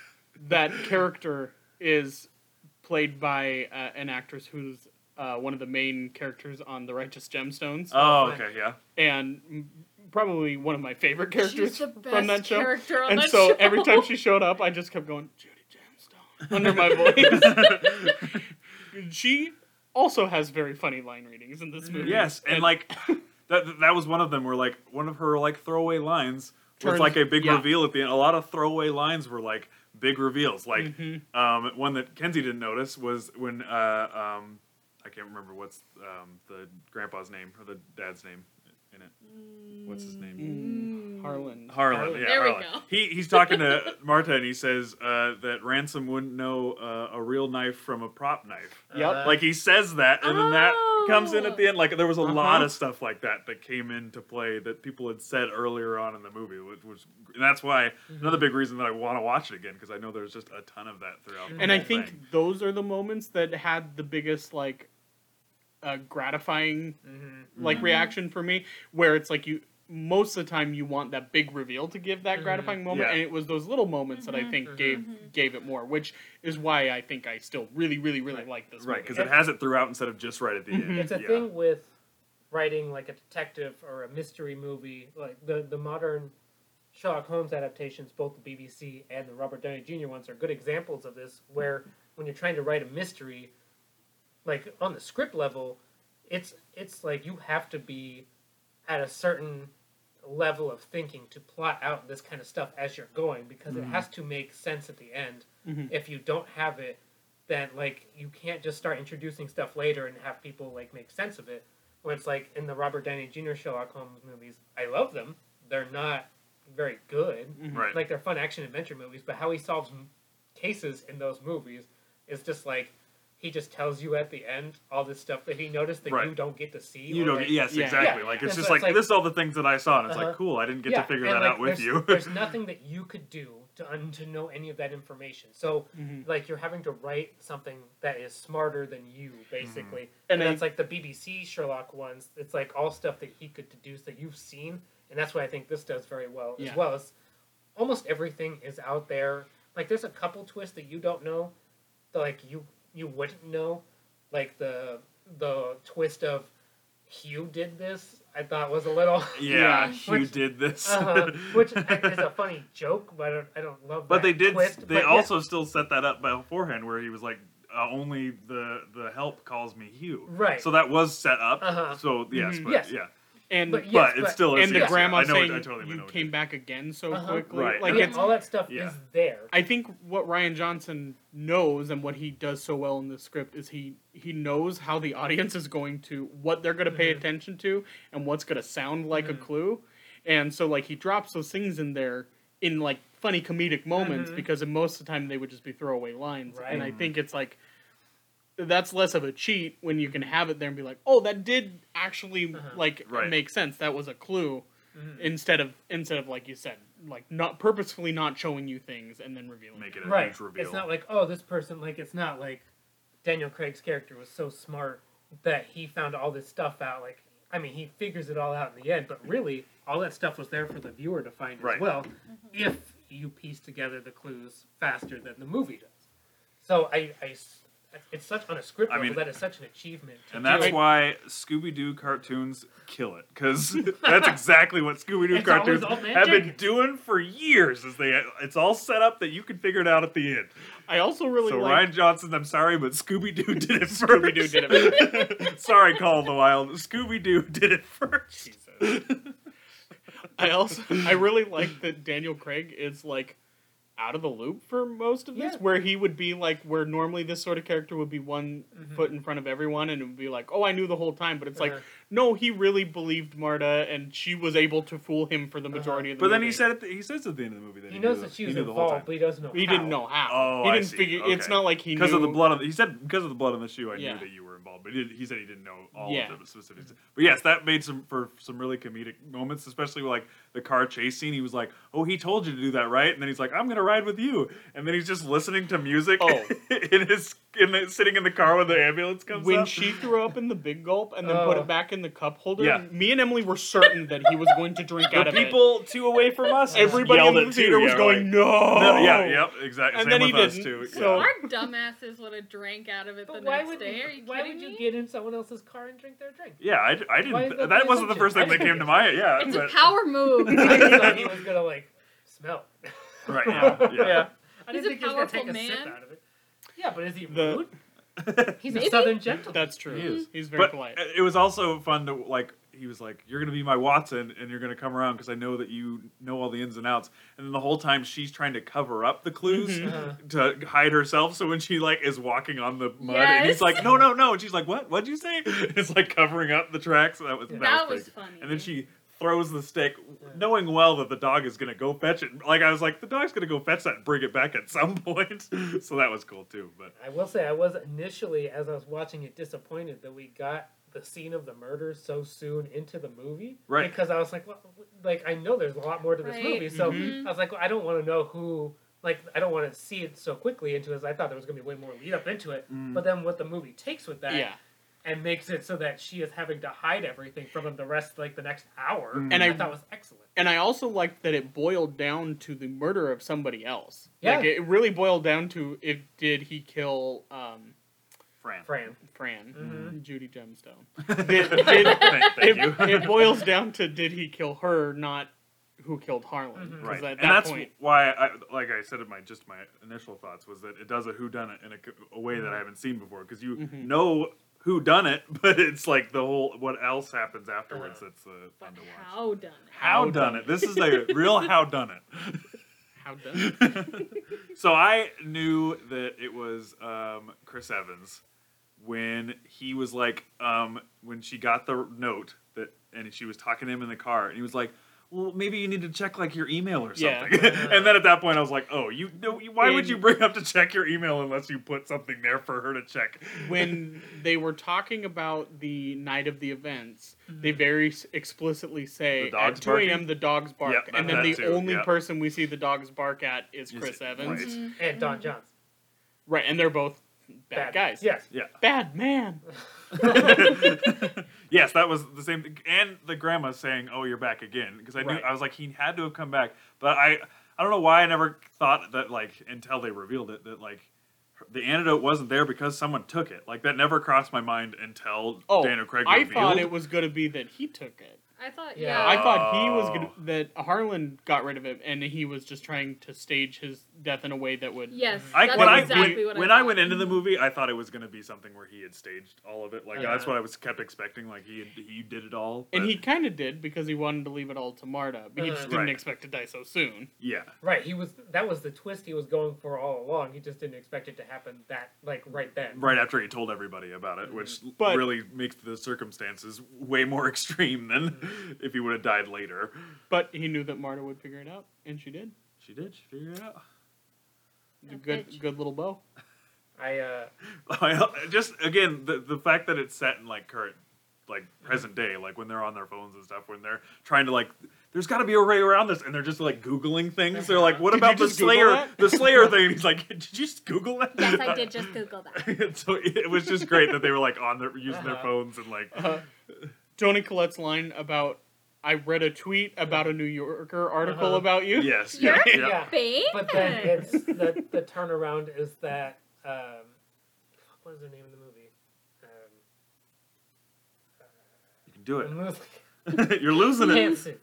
that character is played by uh, an actress who's uh, one of the main characters on The Righteous Gemstones, Oh, fine. okay, yeah. and m- probably one of my favorite characters She's the best from that show. character on and that so show. every time she showed up, I just kept going Judy Gemstone under my voice. she also has very funny line readings in this movie. Yes, and like that that was one of them where like one of her like throwaway lines was Turns- like a big yeah. reveal at the end. A lot of throwaway lines were like big reveals. Like Mhm. um, one that Kenzie didn't notice was when uh, um, I can't remember what's um, the grandpa's name or the dad's name in it. What's his name? Mm, Harlan. Harlan. Yeah, There we Harlan. go. He he's talking to Marta and he says uh, that Ransom wouldn't know uh, a real knife from a prop knife. Yep. Uh, Like he says that, and then that comes in Oh. at the end. Like there was a lot Uh-huh. of stuff like that that came into play that people had said earlier on in the movie, which was, and that's why Mm-hmm. another big reason that I want to watch it again because I know there's just a ton of that throughout. the And I whole think thing. those are the moments that had the biggest like uh, gratifying mhm. like Mm-hmm. reaction for me, where it's like you most of the time you want that big reveal to give that Mhm. gratifying moment, Yeah. and it was those little moments that I think Mhm. gave Mhm. gave it more, which is why I think I still really, really, really like this. right movie. because it has it throughout instead of just right at the Mm-hmm. end. It's a yeah. thing with writing like a detective or a mystery movie, like the the modern Sherlock Holmes adaptations, both the BBC and the Robert Downey Jr. ones, are good examples of this. Where when you're trying to write a mystery, like on the script level, it's it's like you have to be at a certain level of thinking to plot out this Mm. Mm-hmm. kind of stuff as you're going because it has to make sense at the end. Mhm. If you don't have it, that like you can't just start introducing stuff later and have people like make sense of it. When it's like in the Robert Downey Jr. Sherlock Holmes movies, I love them. They're not very good. Mhm. Right. Like they're fun action adventure movies, but how he solves m- cases in those movies is just like he just tells you at the end all this stuff that he noticed that you Right. don't get to see. You or, don't. like- yes, Yeah. exactly. Yeah. Like And it's just so it's like, like- this. is All the things that I saw, and it's Uh-huh. like, cool. I didn't get to figure and, that like, out with there's- you. there's nothing that you could do to un- to know any of that information. So Mhm. like you're having to write something that is smarter than you, Mm-hmm. basically. And And, I- that's like the BBC Sherlock ones. It's like all stuff that he could deduce that you've seen, and that's what I think this does very well Yeah. as well. As almost everything is out there. Like there's a couple twists that you don't know, that like you you wouldn't know, like the the twist of Hugh did this. I thought was a little. yeah, Yeah. you Which- did this. Uh-huh. Which is a funny joke, but I don't, I don't love. But that they did. Twist, they but yeah. also still set that up beforehand, where he was like, uh, "Only the the help calls me Hugh." Right. So that was set up. Uh-huh. So yes, Mhm. but Yes. yeah, And But yeah, but Yes, it still is. and the yes, yeah, grandma Oh, I know, saying I totally you know came back again so Uh-huh. quickly. Right. Like Yeah, it's all that stuff yeah. is there. I think what Ryan Johnson knows and what he does so well in the script is he he knows how the audience is going to what they're going to pay Mhm. attention to and what's going to sound like Mhm. a clue. And so like he drops those things in there in like funny comedic moments Mhm. because most of the time they would just be throwaway lines. And I Right. think it's like that's less of a cheat when you can have it there and be like, "Oh, that did actually Uh-huh. like Right. make sense. That was a clue." Mhm. instead of instead of like you said like not purposefully not showing you things and then revealing make it. it a right. huge reveal. It's not like oh, this person like it's not like Daniel Craig's character was so smart that he found all this stuff out. Like I mean, he figures it all out in the end, but really all that stuff was there for the viewer to find Right. as well, if you piece together the clues faster than the movie does. So I, I s- it's such on a script I level mean- that is such an achievement. to And do. that's Right. why Scooby Doo cartoons kill it, because that's exactly what Scooby Doo It's always cartoons all have been magic. doing for years. Is they it's all set up that you can figure it out at the end. I also really so like Ryan Johnson, I'm sorry, but Scooby Doo did it first. Scooby Doo did it. sorry, Call of the Wild. Scooby Doo did it first. I also I really like that Daniel Craig is like out of the loop for most of this Yeah. where he would be like where normally this sort of character would be one Mhm. foot in front of everyone and it would be like oh I knew the whole time but it's Uh-huh. like no he really believed Marta and she was able to fool him for the Uh-huh. majority of the But then he movie. said at the, he says at the end of the movie that he he, knows knew, that she he was knew the whole involved, time but he doesn't know. he how. didn't know how Oh, he I didn't see. figure it's Okay. not like he because knew of the blood on the, he said because of the blood on the shoe I Yeah. knew that you were involved but he, did- he said he didn't know all Yeah. of the specifics but yes that made some for some really comedic moments especially like the car chase scene he was like oh he told you to do that right and then he's like I'm gonna ride with you and then he's just listening to music Oh. in his in the, sitting in the car when the ambulance comes when up. she threw up in the big gulp and then put Oh. it back in the cup holder, Yeah. me and Emily were certain that he was going to drink out the of people two away from us it. Everybody in yelled the it too, theater was yeah, going, like, no. no, yeah yep exactly And same then he with us didn't, too so- yeah. Our dumbasses would have drank out of it the But why next would day. you, Are you why kidding would you me? get in someone else's car and drink their drink? Yeah, I, I Why is didn't. that That the wasn't the first thing assumption? that came to my yeah. It's a but- power move. I just thought he was gonna like smell. it. Right. Yeah. yeah. I He's didn't a think he was gonna take powerful a sip man. out of it. Yeah, but is he The- rude? He's Maybe. a southern gentleman. That's true. He is. He's very But uh, polite. it was also fun to like. He was like, "You're gonna be my Watson, and you're gonna come around because I know that you know all the ins and outs." And then the whole time she's trying to cover up the clues Mhm. Uh-huh. to hide herself. So when she like is walking on the mud, and he's Yes. like, "No, no, no," and she's like, "What? What'd you say?" It's like covering up the tracks. That was Yeah. that, That was, was pretty- funny. And then she throws the stick, knowing well that the dog is gonna go fetch it. Like I was like, the dog's gonna go fetch that and bring it back at some point. so that was cool too. But I will say I was initially, as I was watching it, disappointed that we got the scene of the murder so soon into the movie. Right. Because I was like, well, like I know there's a lot more to this Right. movie, so Mhm. I was like, well, I don't want to know who. Like I don't want to see it so quickly into this. I thought there was gonna be way more lead up into it, Mm. but then what the movie takes with that, yeah. and makes it so that she is having to hide everything from him the rest like the next hour. Mm. And I- thought was excellent. And I also liked that it boiled down to the murder of somebody else. Like Yeah. it really boiled down to if did he kill um, Fran, Fran. Fran, Mhm. Judy Gemstone. Thank- did- Mm-hmm. thank you. it, it boils down to did he kill her, not who killed Harlan. Mhm. 'Cause Mm-hmm. right At that and that's point, why i like i said in my just my initial thoughts was that it does a who done it in a, c- a way that Mm-hmm. i haven't seen before because you Mhm. know who done it but it's like the whole what else happens afterwards Uh-huh. that's uh, But fun to watch how done it? how done it this is a real how done it How dumb. so I knew that it was um, Chris Evans when he was like, um, when she got the note that, and she was talking to him in the car, and he was like, "Well, maybe you need to check like your email or Yeah. something." and then at that point, I was like, "Oh, you no, you- why would And- you bring up to check your email unless you put something there for her to check?" when they were talking about the night of the events, they very s- explicitly say The dog's at 2 a.m. barking? the dogs bark, Yep, and that- then the that too, only yeah. person we see the dogs bark at is Is Chris it- Evans. right. Right. and Don Johns. and they're both bad, guys. Yes. Yeah. Bad man. yes, that was the same. thing. And the grandma saying, "Oh, you're back again," because I knew Right. I was like, he had to have come back. But I, I don't know why I never thought that like until they revealed it that like the antidote wasn't there because someone took it. Like that never crossed my mind until Oh, Daniel Craig I revealed. thought it was going to be that he took it. I thought, Yeah. yeah. I thought he was gonna, Oh. that Harlan got rid of it, and he was just trying to stage his death in a way that would. yes. I, that's when I exactly when, what when I, thought. went into the movie, I thought it was going to be something where he had staged all of it. Like Yeah. that's what I was kept expecting. Like he had, he did it all. And but- he kind of did because he wanted to leave it all to Marta, but he Uh-huh. just didn't Right. expect to die so soon. yeah Right. He was. That was the twist he was going for all along. He just didn't expect it to happen that like right then. right after he told everybody about it, which But- really makes the circumstances way more extreme than if he would have died later. But he knew that Marta would figure it out, and she did. She did. She figured it out. That good, bitch. good little bow. I uh. Just again, the the fact that it's set in like current, like present day, like when they're on their phones and stuff, when they're trying to like. There's got to be a way around this, and they're just like googling things. They're like, "What Did you about the just Google Slayer, that? the Slayer thing?" And he's like, "Did you just Google that?" Yes, I did just Google that. so it was just great that they were like on their using their Uh-huh. phones and like Uh, Tony Collette's line about I read a tweet about a New Yorker article Uh-huh. about you. yes, Yeah. yeah. Yeah. Bang. But then it's the the turnaround is that um, what is the name of the movie? Um, you can do it. I'm losing- You're losing it. Hanson.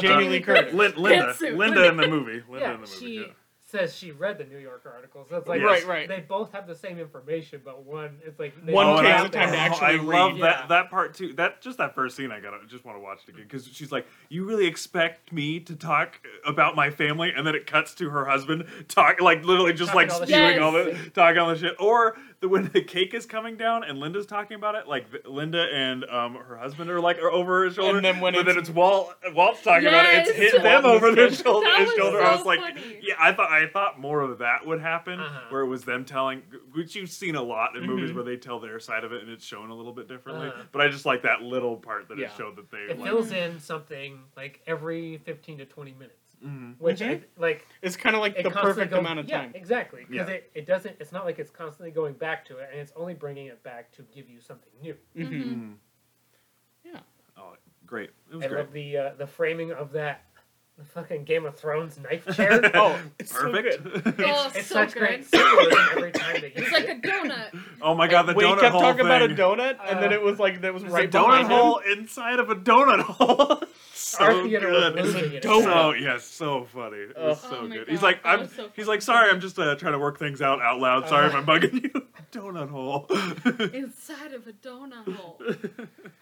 Jamie Um, Okay. Lee Curtis. Lin- Linda, Pantsuit. Linda in the movie. Linda Yeah, in the movie. she- yeah. says she read the New Yorker article, so it's like Yes. Right, right. They both have the same information, but one it's like they One don't Oh, and takes I- have the time to that. actually I love read. that Yeah. that part too. That just that first scene, I gotta just want to watch it again because she's like, "You really expect me to talk about my family?" And then it cuts to her husband talk, like literally just Talking like all the spewing shit. all the talking all the shit. Or the when the cake is coming down and Linda's talking about it, like the- Linda and um her husband are like are over her shoulder, then when but then it's- it's Walt Walt's talking about it, it's Yes. hit them Walt and over his their kid. shoulder. That his was shoulder. so I was like, funny. yeah, I thought I thought more of that would happen, Uh-huh. where it was them telling, which you've seen a lot in movies Mhm. where they tell their side of it and it's shown a little bit differently. Uh-huh. But I just like that little part that Yeah. it showed that they It like. fills in something like every fifteen to twenty minutes, Mhm. which I, Mhm. like It's kind of like it the constantly perfect goes- amount of yeah, time. exactly. Because Yeah. it, it doesn't. It's not like it's constantly going back to it, and it's only bringing it back to give you something new. Mhm. Mhm. Yeah. Oh, great! It was I great. love the uh, the framing of that the fucking Game of Thrones knife chair. Oh, it's so Perfect. good. Oh, it's so such good. great symbolism every time they use It's like it. a donut. oh my god, the we donut kept hole talking thing. about a donut, and then Uh, it was like that was There's right a donut behind him. hole inside of a donut hole. so Our theater was good. losing it. So yes, so funny. It was Ugh. so Oh my good. He's God, like, that I'm. was so he's funny. like, sorry, I'm just uh, trying to work things out out loud. Sorry if I'm Uh-huh. bugging you. donut hole. Inside of a donut hole.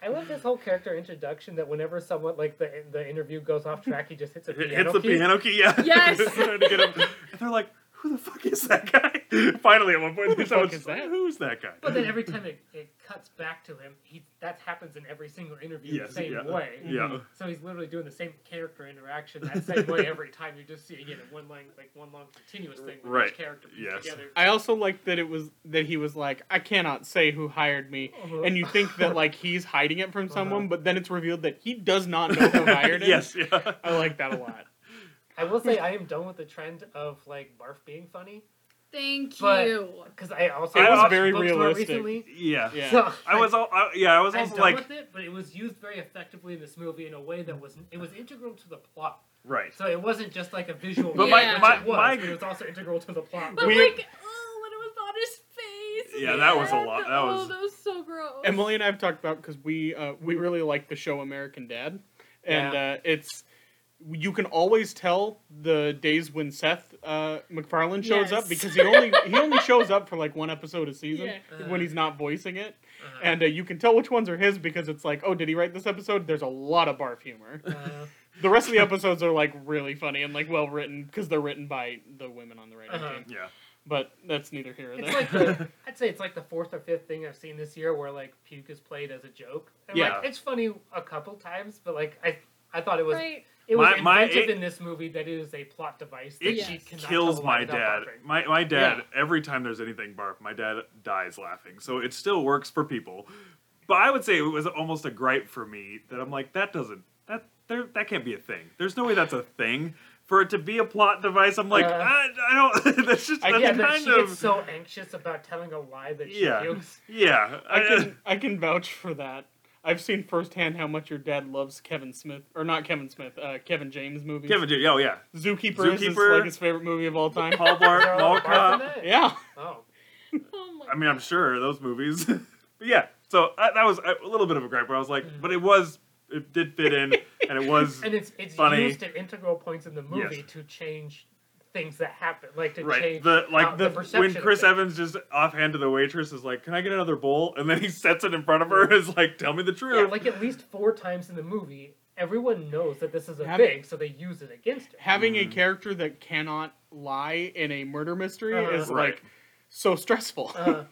I love this whole character introduction that whenever someone like the the interview goes off track, he just hits a It piano hits the key. piano key, yeah. Yes. Trying to get him- and they're like, who the fuck is that guy? Finally, at one point, the someone's fuck is like, that? who's that guy? But then every time it, it cuts back to him, he that happens in every single interview Yes, the same yeah. way. yeah. So he's literally doing the same character interaction that same way every time. You're just seeing it in one line, like one long continuous thing with Right. each character pieced Yes. together. I also liked that it was that he was like, I cannot say who hired me, Uh-huh. and you think that like he's hiding it from someone, Uh-huh. but then it's revealed that he does not know who hired him. yes, yeah. I like that a lot. I will say I am done with the trend of like barf being funny Thank But- you. because I also It was watched very Booksmart realistic. recently. Yeah. Yeah. So I was all, I, yeah, I was I'm also done like, with it, but it was used very effectively in this movie in a way that was it was integral to the plot. right. So it wasn't just like a visual. But my- gag, which my- it was, my- but it was also integral to the plot. But We- like, oh, when it was on his face. Yeah, at that the was a lot- end, that oh, was- that was so gross. Emily and I have talked about because we uh, we really like the show American Dad, and uh, it's you can always tell the days when Seth uh, MacFarlane shows up Yes. because he only he only shows up for like one episode a season Yeah. when he's not voicing it, Uh-huh. and uh, you can tell which ones are his because it's like, oh, did he write this episode? There's a lot of barf humor. Uh, The rest of the episodes are like really funny and like well written because they're written by the women on the writing Uh-huh. team. Yeah. But that's neither here nor It's there. like the, I'd say it's like the fourth or fifth thing I've seen this year where like puke is played as a joke. And Yeah. like it's funny a couple times, but like I I thought it was right? it was My- my- it- inventive in this movie that it is a plot device that It she cannot kills tell my without dad. barfing. My my dad every time there's anything barf, my dad dies laughing. So it still works for people. But I would say it was almost a gripe for me that I'm like that doesn't that there that can't be a thing. There's no way that's a thing. For it to be a plot device, I'm like Uh, I, I don't. that's just I that's Yeah, get that kind she of gets so anxious about telling a lie that she Yeah. pukes. yeah. I can I can vouch for that. I've seen firsthand how much your dad loves Kevin Smith or not Kevin Smith, uh, Kevin James movies. Kevin, J- oh yeah, Zookeeper, is his, Zookeeper. like his favorite movie of all time. Paul Blart, Is there a lot Mall of barf in Cop. that? yeah, Oh. Oh my I mean, I'm God. sure those movies. but yeah, so I, that was a little bit of a gripe where I was like, but it was, it did fit in, and it was Mm. And it's it's Funny. used at integral points in the movie to change things that happen, like to right. change The how- like the, the, perception. when of Chris things. Evans just offhand to the waitress is like, "Can I get another bowl?" and then he sets it in front of her and is like, "Tell me the truth." yeah, like at least four times in the movie, everyone knows that this is a Have- thing, so they use it against her. having Mm-hmm. a character that cannot lie in a murder mystery Uh-huh. is Right. like so stressful. Uh,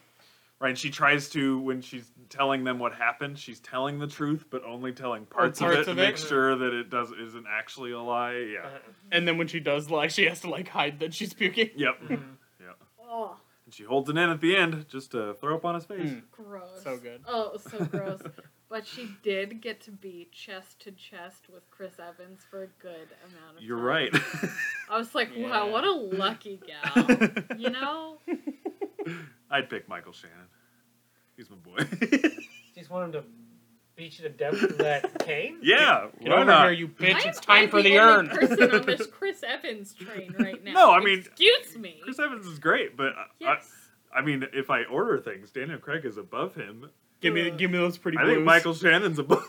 right. And she tries to when she's telling them what happened, she's telling the truth, but only telling parts, of it parts to of make it. sure that it does isn't actually a lie. Yeah. uh, and then when she does lie, she has to like hide that she's puking. Yep. Mhm. Yep. Oh, And she holds it in at the end just to throw up on his face. Mm. gross. So good. Oh, it was so gross. But she did get to be chest to chest with Chris Evans for a good amount of You're time. right. I was like, wow, Yeah. what a lucky gal. you know? I'd pick Michael Shannon. He's my boy. just want him to beat you to death with that cane. yeah, Get why over not? here, you bitch! I'm- it's time I'm for the, only urn. person on this Chris Evans train right now. No, I mean- excuse me. Chris Evans is great, but I- yes. I, I mean, if I order things, Daniel Craig is above him. give me, give me those pretty. I blues. think Michael Shannon's above.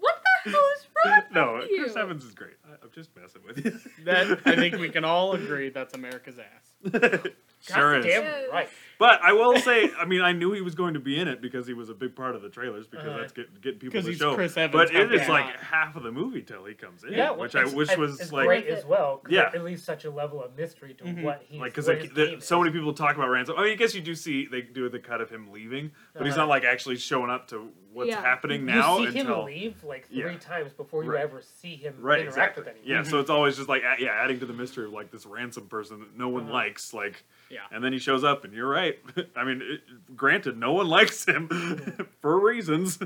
what the hell is wrong no, with you? Chris Evans is great. I, I'm just messing with you. That I think we can all agree that's America's ass. God sure is. damn Yes. right. But I will say, I mean, I knew he was going to be in it because he was a big part of the trailers because Uh-huh. that's get, getting people 'Cause to he's show. Chris Evans, but how it is can like not? half of the movie till he comes in, Yeah, which I it's- wish it's- was it's like great as well. 'cause Yeah. Mm-hmm. it leaves such a level of mystery to Mhm. what he's like because what his game so is. many people talk about ransom. I mean, I guess you do see they do the cut of him leaving, but he's Uh-huh. not like actually showing up to what's Yeah. happening You now see until him leave like three Yeah. times before you Right. ever see him right interact exactly. with anyone. Yeah, Mm-hmm. so it's always just like a- yeah, adding to the mystery of like this ransom person that no one Uh-huh. likes, like, Yeah. and then he shows up, and you're right. I mean, it, granted, no one likes him for reasons.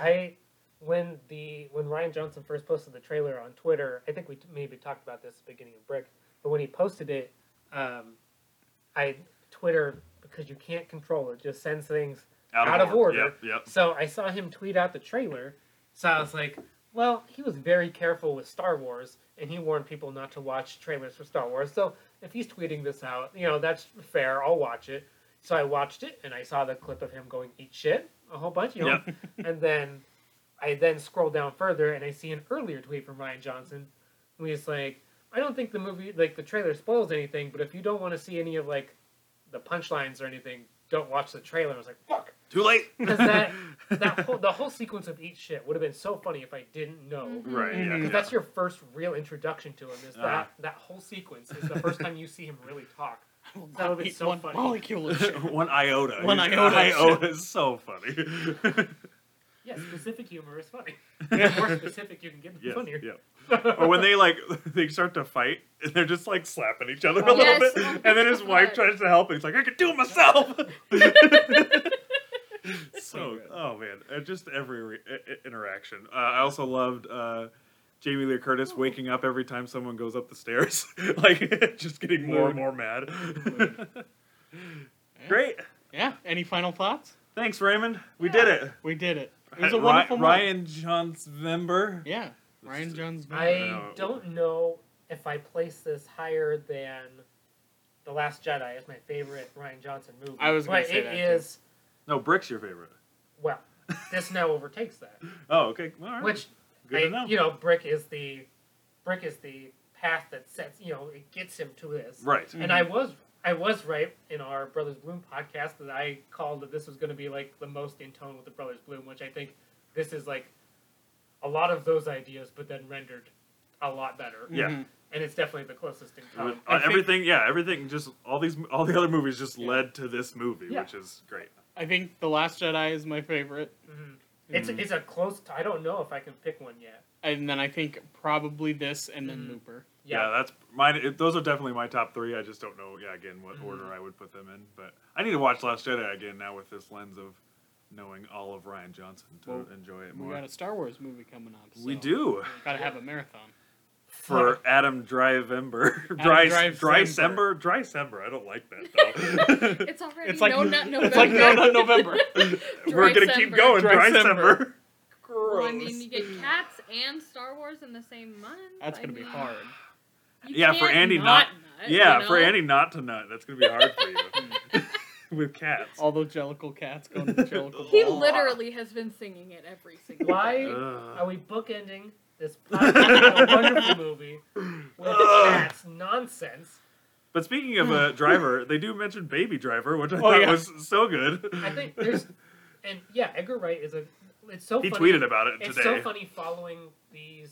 I when the when Ryan Johnson first posted the trailer on Twitter, I think we t- maybe talked about this at the beginning of Brick, but when he posted it, um, I Twitter because you can't control it, just sends things Out of order. Yep, yep. So I saw him tweet out the trailer. So I was like, well, he was very careful with Star Wars, and he warned people not to watch trailers for Star Wars. So if he's tweeting this out, you know, that's fair. I'll watch it. So I watched it, and I saw the clip of him going, eat shit, a whole bunch, you know. and then I then scroll down further, and I see an earlier tweet from Ryan Johnson. And he's like, I don't think the movie, like, the trailer spoils anything, but if you don't want to see any of, like, the punchlines or anything, don't watch the trailer. I was like, fuck. Too late. Because that that whole the whole sequence of eat shit would have been so funny if I didn't know. Mhm. right. Yeah. Mhm. Because yeah. that's your first real introduction to him. Is that Uh-huh. that whole sequence is the first time you see him really talk. I will That would not be eat so one funny. molecule of shit. one iota. One He's- iota. Iota is so funny. Yeah, specific humor is funny. The Yeah. more specific you can get, the Yes, funnier. yep. or when they like they start to fight and they're just like slapping each other a little Yes. bit, and then his wife tries to help, and he's like, "I could do it myself." so, good. oh man, uh, just every re- i- i- interaction. Uh, I also loved uh, Jamie Lee Curtis waking up every time someone goes up the stairs, like just getting more and more mad. Great, Yeah. Any final thoughts? thanks Raymond, we did it. We did it. It was a Ri- wonderful month. Ryan Johnsmember. Yeah. Ryan John's. I No. don't know if I place this higher than the Last Jedi is my favorite Ryan Johnson movie. I was gonna but say it that, too. is- No, Brick's your favorite. well. This now overtakes that, Oh, okay, all right. which Good I- to know. You know, brick is the brick is the path that sets. You know, it gets him to this. right. And I was I was right in our Brothers Bloom podcast that I called that this was going to be like the most in tone with the Brothers Bloom, which I think this is like a lot of those ideas, but then rendered a lot better. Yeah. Mhm. And it's definitely the closest thing. To With- it. I uh, think- everything, yeah, everything. Just all these, all the other movies just Yeah. led to this movie, Yeah. which is great. I think The Last Jedi is my favorite. Mhm. It's Mm. it's a close. I I don't know if I can pick one yet. And then I think probably this and then Mhm. Looper. Yeah, that's mine. It, those are definitely my top three. I just don't know, yeah, again, what Mhm. Mm-hmm. order I would put them in. But I need to watch Last Jedi again now with this lens of knowing all of Ryan Johnson to Well, enjoy it We more. got a Star Wars movie coming up. So We do Gotta have a marathon. for Adam Drivember, dry, Drive dry Sember. Sember, dry Sember. I don't like that though. It's already It's like no nut November. It's like no, not November. We're gonna keep Dry-cember. going, dry Dry Sember. Sember. Well, I mean, you get cats and Star Wars in the same month. That's I gonna be mean, hard. you Yeah, for can't Andy not. nut, you Yeah, for know? Annie not to nut. That's gonna be hard for you with cats. All those Jellicle cats going to the Jellicle oh. He Ball. literally has been singing it every single. Why? day. Ugh. Are we bookending this podcast, a wonderful movie with Ugh. cats nonsense? But speaking of uh, driver, they do mention Baby Driver, which I Oh, thought yeah. was so good. I think there's, and yeah, Edgar Wright is a. It's so he funny. tweeted about it It's today. so funny following these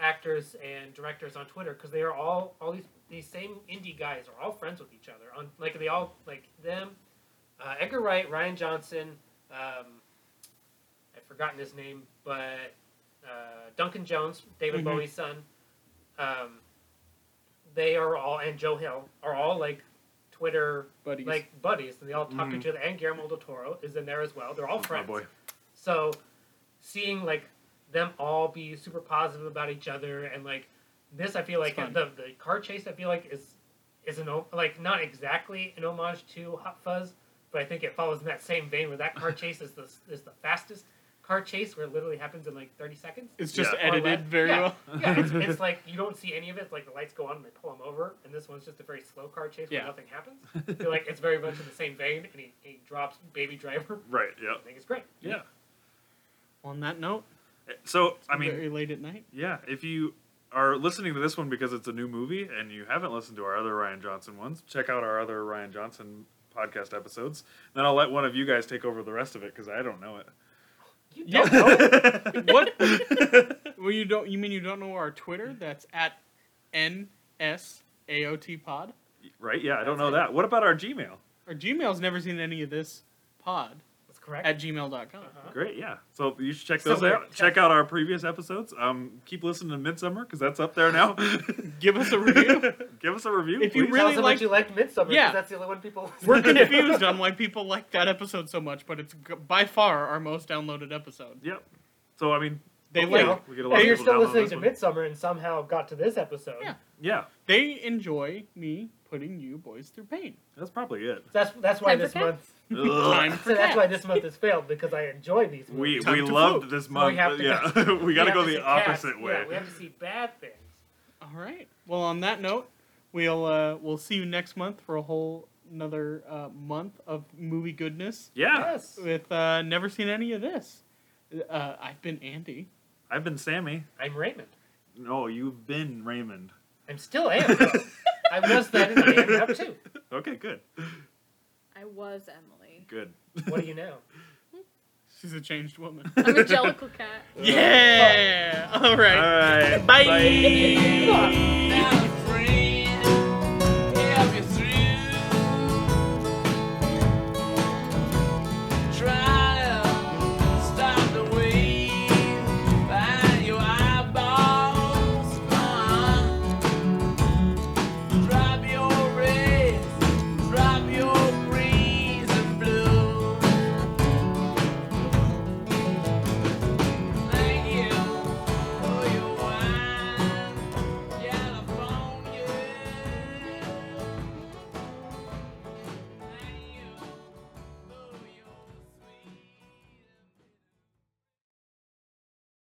actors and directors on Twitter because they are all all these these same indie guys are all friends with each other. On like they all like them, uh, Edgar Wright, Ryan Johnson, um, I've forgotten his name, but uh, Duncan Jones, David Mhm. Mm-hmm. Bowie's son. Um, they are all and Joe Hill are all like Twitter Buddies. like buddies, and they all talk to Mhm. each other. And Guillermo del Toro is in there as well. They're all Oh, My friends. boy. So seeing like them all be super positive about each other and like this I feel like fun. the the car chase I feel like is is an o- like not exactly an homage to Hot Fuzz, but I think it follows in that same vein where that car chase is the is the fastest car chase where it literally happens in like 30 seconds. it's just Yeah. edited very Yeah. well. Yeah, it's, it's like you don't see any of it. It's like the lights go on and they pull him over, and this one's just a very slow car chase where Yeah. nothing happens. I feel like it's very much in the same vein, and he, he drops Baby Driver. Right, I yeah. think it's great. Yeah. On that note, Eh, So, it's I mean, very late at night. yeah, if you are listening to this one because it's a new movie and you haven't listened to our other Ryan Johnson ones, check out our other Ryan Johnson podcast episodes. Then I'll let one of you guys take over the rest of it because I don't know You Yeah. don't know What? well, you don't. You mean you don't know our Twitter? That's at n s a o t pod. it. Right? Yeah, I don't know that. What about our Gmail? Our Gmail's never seen any of this pod That's correct. at gmail.com. Uh-huh. Great, yeah. So you should check So those we're- out. Check out our previous episodes. Um, keep listening to Midsummer because that's up there now. Give us a review. Give us a review. If you please. Tell really us how like- much you liked Midsummer. Yeah. Yeah, that's the only one people. We're confused on why people like that episode so much, but it's g- by far our most downloaded episode. Yep. So I mean, They hopefully like- we get a lot If of you're people download still listening this to one. Midsummer and somehow got to this episode, Yeah. Yeah, They enjoy me putting you boys through pain. that's probably it. that's that's why Time for this cats? month. Time Ugh. for So that's that. why this month has failed because I enjoy these. we movies. Time we to loved vote. this Well, we month. have to yeah, we got to have go to see the cats. opposite Yeah, we way. have to see bad things. All right. Well, on that note, we'll uh, we'll see you next month for a whole another uh, month of movie goodness Yeah, Yes. with uh, never seen any of this. Uh, I've been Andy. I've been Sammy. I'm Raymond. No, you've been Raymond. I'm still am. though. I was then and I am now too. Okay, good, I was Emily. good. What do you know? She's a changed woman. I'm a jellicle cat. yeah. All right. All right, Bye. bye. Fuck.